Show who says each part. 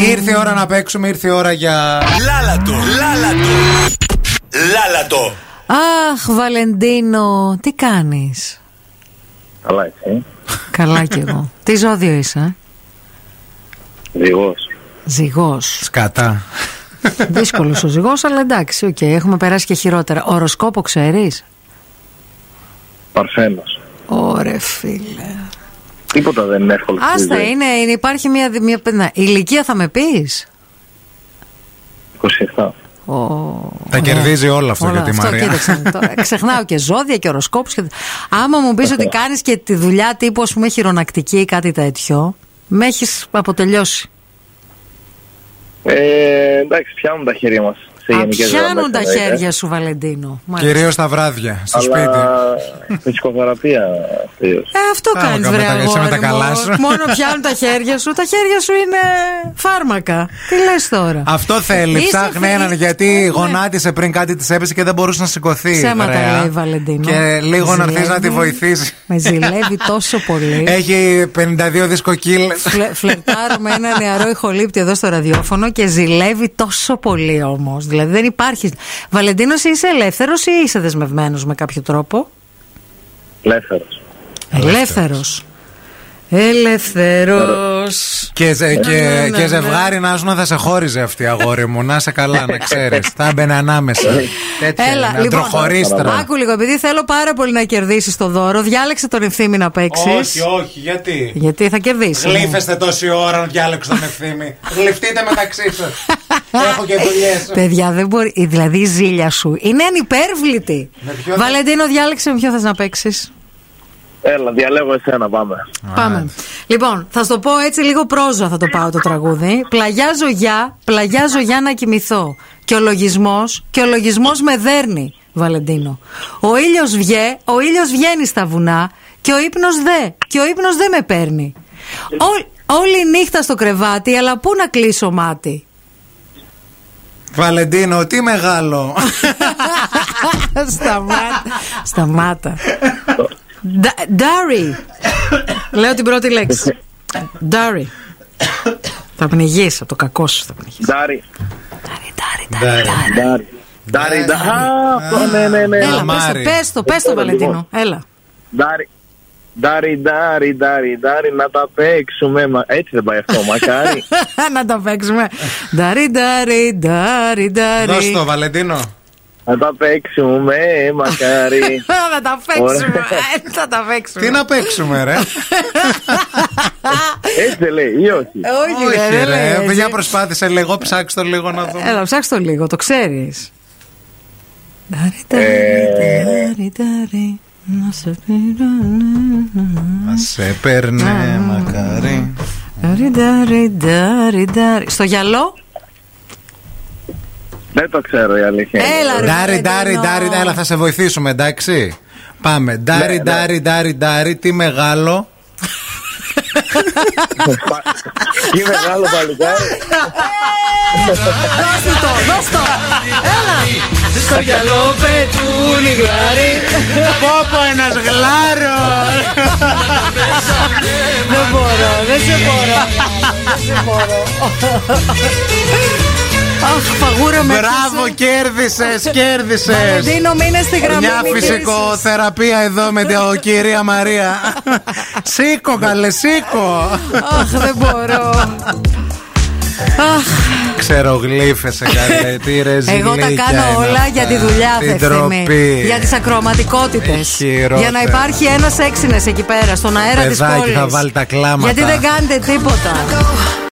Speaker 1: Ήρθε η ώρα να παίξουμε, ήρθε η ώρα για.
Speaker 2: Λάλατο, λάλατο. Λάλατο.
Speaker 3: Αχ, Βαλεντίνο, τι κάνεις.
Speaker 4: Καλά, έτσι.
Speaker 3: Καλά κι εγώ. τι ζώδιο είσαι, ε?
Speaker 4: Δηγό.
Speaker 3: Ζυγός.
Speaker 1: Σκατά.
Speaker 3: Δύσκολος ο ζυγός, αλλά εντάξει, οκ, έχουμε περάσει και χειρότερα. Οροσκόπο ξέρεις.
Speaker 4: Παρθένος.
Speaker 3: Ωρε φίλε.
Speaker 4: Τίποτα δεν είναι εύκολο. στη
Speaker 3: Άστα,
Speaker 4: ζωή.
Speaker 3: είναι, είναι- υπάρχει μια. δι- μια να, ηλικία θα με πεις.
Speaker 4: 27.
Speaker 3: Ναι.
Speaker 1: Τα κερδίζει όλα αυτά για τη Μαρία.
Speaker 3: Κοίταξε, τώρα, ξεχνάω και ζώδια και οροσκόπους. Και... Άμα μου πεις ότι κάνεις και τη δουλειά τύπου, ας πούμε, χειρονακτική ή κάτι τέτοιο, με έχεις αποτελειώσει.
Speaker 4: Ε, εντάξει, πιάνουν τα χέρια μας.
Speaker 3: Απιάνουν τα χέρια σου, Βαλεντίνο. Μάλιστα.
Speaker 1: Κυρίως τα βράδια, στο σπίτι.
Speaker 4: Αλλά ψυχοθεραπεία τελείως.
Speaker 3: Ε, αυτό
Speaker 1: Άμα
Speaker 3: κάνεις,
Speaker 1: κάνουμε
Speaker 3: βρε
Speaker 1: τα- εσύ με
Speaker 3: αγόρι
Speaker 1: τα
Speaker 3: μου.
Speaker 1: καλά σου.
Speaker 3: Μόνο πιάνουν τα χέρια σου. Τα χέρια σου είναι φάρμακα. Τι λες τώρα.
Speaker 1: Αυτό θέλει.
Speaker 3: Είσαι
Speaker 1: Ψάχνει
Speaker 3: φίλη-
Speaker 1: έναν
Speaker 3: Ε, ναι.
Speaker 1: γιατί γονάτισε πριν κάτι της έπεσε και δεν μπορούσε να σηκωθεί.
Speaker 3: Ψέματα
Speaker 1: Ρέα.
Speaker 3: λέει η Βαλεντίνο.
Speaker 1: Και λίγο να έρθεις να τη Ε,
Speaker 3: Ζηλεύει.
Speaker 1: βοηθήσεις.
Speaker 3: Με ζηλεύει τόσο πολύ.
Speaker 1: Έχει 52 δισκοκύλε.
Speaker 3: Φλε, φλερτάρω με ένα νεαρό ηχολήπτη εδώ στο ραδιόφωνο και ζηλεύει τόσο πολύ όμως. Δηλαδή δεν υπάρχεις. Βαλεντίνος, είσαι ελεύθερος ή είσαι δεσμευμένος με κάποιο τρόπο.
Speaker 4: Ελεύθερος.
Speaker 3: Ελεύθερος. Ελεύθερος.
Speaker 1: Και, ζε- και,
Speaker 3: ναι, ναι,
Speaker 1: και
Speaker 3: ναι.
Speaker 1: ζευγάρι να ζουν θα σε χώριζε αυτή αγόρι μου. Να σε καλά, να ξέρεις. θα έμπαινε ανάμεσα. Τέτοια
Speaker 3: Έλα,
Speaker 1: είναι,
Speaker 3: λοιπόν.
Speaker 1: αντροχωρίστρα.
Speaker 3: Άκου λίγο, επειδή θέλω πάρα πολύ να κερδίσεις το δώρο, διάλεξε τον ευθύμη να παίξεις.
Speaker 1: όχι, γιατί.
Speaker 3: Γιατί θα κερδίσει.
Speaker 1: τόση ώρα να διάλεξω τον ευθύμη. Γλυφτείτε μεταξύ σας.
Speaker 3: ε, Παιδιά, δεν μπορεί. Δηλαδή η ζήλια σου είναι ανυπέρβλητη.
Speaker 1: Με ποιον-
Speaker 3: Βαλεντίνο, διάλεξε με ποιο θες να παίξεις.
Speaker 4: Έλα, διαλέγω εσένα, πάμε.
Speaker 3: Πάμε. Λοιπόν, θα σου το πω έτσι λίγο πρόζα θα το πάω το τραγούδι. Πλαγιάζω για, πλαγιάζω για να κοιμηθώ. Και ο λογισμός, και ο λογισμός με δέρνει, Βαλεντίνο. Ο ήλιος βγαίνει, ο ήλιος βγαίνει στα βουνά. Και ο ύπνος δε, και ο ύπνος δε με παίρνει. Ό, όλη η νύχτα στο κρεβάτι, αλλά πού να κλείσω μάτι.
Speaker 1: Βαλεντίνο, τι μεγάλο.
Speaker 3: Σταμάτα. Σταμάτα. Ντα- Ντάρι. Λέω την πρώτη λέξη. Ντάρι. Θα πνιγείς από το κακό σου. Θα πνιγείς.
Speaker 4: Ντάρι.
Speaker 3: Ντάρι, ντάρι, ντάρι.
Speaker 1: Ντάρι.
Speaker 4: Ντάρι. Ντάρι, ντάρι. Α, αυτό, ναι, ναι, ναι.
Speaker 3: Έλα, πες το,
Speaker 1: Μάρι.
Speaker 3: πες το, πες το,
Speaker 4: λοιπόν.
Speaker 3: Βαλεντίνο. Έλα.
Speaker 4: Ντάρι. Ντάρι, ντάρι, ντάρι, ντάρι, να τα παίξουμε. μα- Έτσι δεν πάει αυτό, μακάρι.
Speaker 3: Να τα παίξουμε. Ντάρι, ντάρι, ντάρι,
Speaker 1: Δώσ'
Speaker 3: ντάρι.
Speaker 1: το, Βαλεντίνο.
Speaker 4: Να τα παίξουμε, μακάρι.
Speaker 3: Να τα παίξουμε.
Speaker 4: Ωραία.
Speaker 3: Ε, Θα τα παίξουμε.
Speaker 1: Τι να παίξουμε, ρε.
Speaker 4: Έτσι δεν λέει, ή όχι.
Speaker 3: Ε, Όχι, ρε, Ε, δεν λέει έτσι.
Speaker 1: Για προσπάθησε λίγο, ψάξτε το λίγο να δούμε.
Speaker 3: Έλα, ψάξ' το λίγο, το ξέρεις. Ντάρι,
Speaker 4: Ε.
Speaker 3: ντάρι, ντάρι, ντάρι, να σε ναι, πειράνε.
Speaker 1: Μα σε
Speaker 3: ε,
Speaker 1: παίρνε, μακάρι.
Speaker 3: Ντάρι, ντάρι, ντάρι, ντάρι. Στο γυαλό.
Speaker 4: Δεν το ξέρω η αλήθεια. είναι.
Speaker 3: Έλα, ρε.
Speaker 1: Ντάρι, ντάρι,
Speaker 3: Βαλεντίνο.
Speaker 1: ντάρι, έλα, θα σε βοηθήσουμε, εντάξει. Πάμε. Ντάρι,
Speaker 4: Ναι, ναι.
Speaker 1: ντάρι, ντάρι, ντάρι, τι μεγάλο.
Speaker 4: Τι μεγάλο παλικάρι.
Speaker 3: Ε, Δώσ' του το, δώσ' το.
Speaker 5: Στο γυαλό πετούν οι γλάρι
Speaker 1: Πόπο, ένας γλάρο.
Speaker 3: Δεν μπορώ, δεν σε μπορώ. Αχ, παγούρα με
Speaker 1: Μπράβο, κέρδισες, κέρδισες.
Speaker 3: Βαλεντίνο, μείνε στη γραμμή.
Speaker 1: Μια
Speaker 3: μην κλείσεις.
Speaker 1: φυσικοθεραπεία εδώ με την κυρία Μαρία. σήκω, καλέ, σήκω.
Speaker 3: Αχ, δεν μπορώ. Αχ,
Speaker 1: Ξερογλύφεσαι, καλέ. Τι ρε
Speaker 3: εγώ τα
Speaker 1: ζηλίκια
Speaker 3: κάνω
Speaker 1: είναι
Speaker 3: όλα
Speaker 1: αυτά.
Speaker 3: για τη δουλειά,
Speaker 1: Την
Speaker 3: Θευθύμη.
Speaker 1: ντροπή.
Speaker 3: Για τις ακροματικότητες
Speaker 1: Χειρότερα.
Speaker 3: Για να υπάρχει ένας έξινες εκεί πέρα, στον αέρα της
Speaker 1: Παιδάκι,
Speaker 3: πόλης
Speaker 1: θα βάλει τα κλάματα.
Speaker 3: Γιατί δεν κάνετε τίποτα.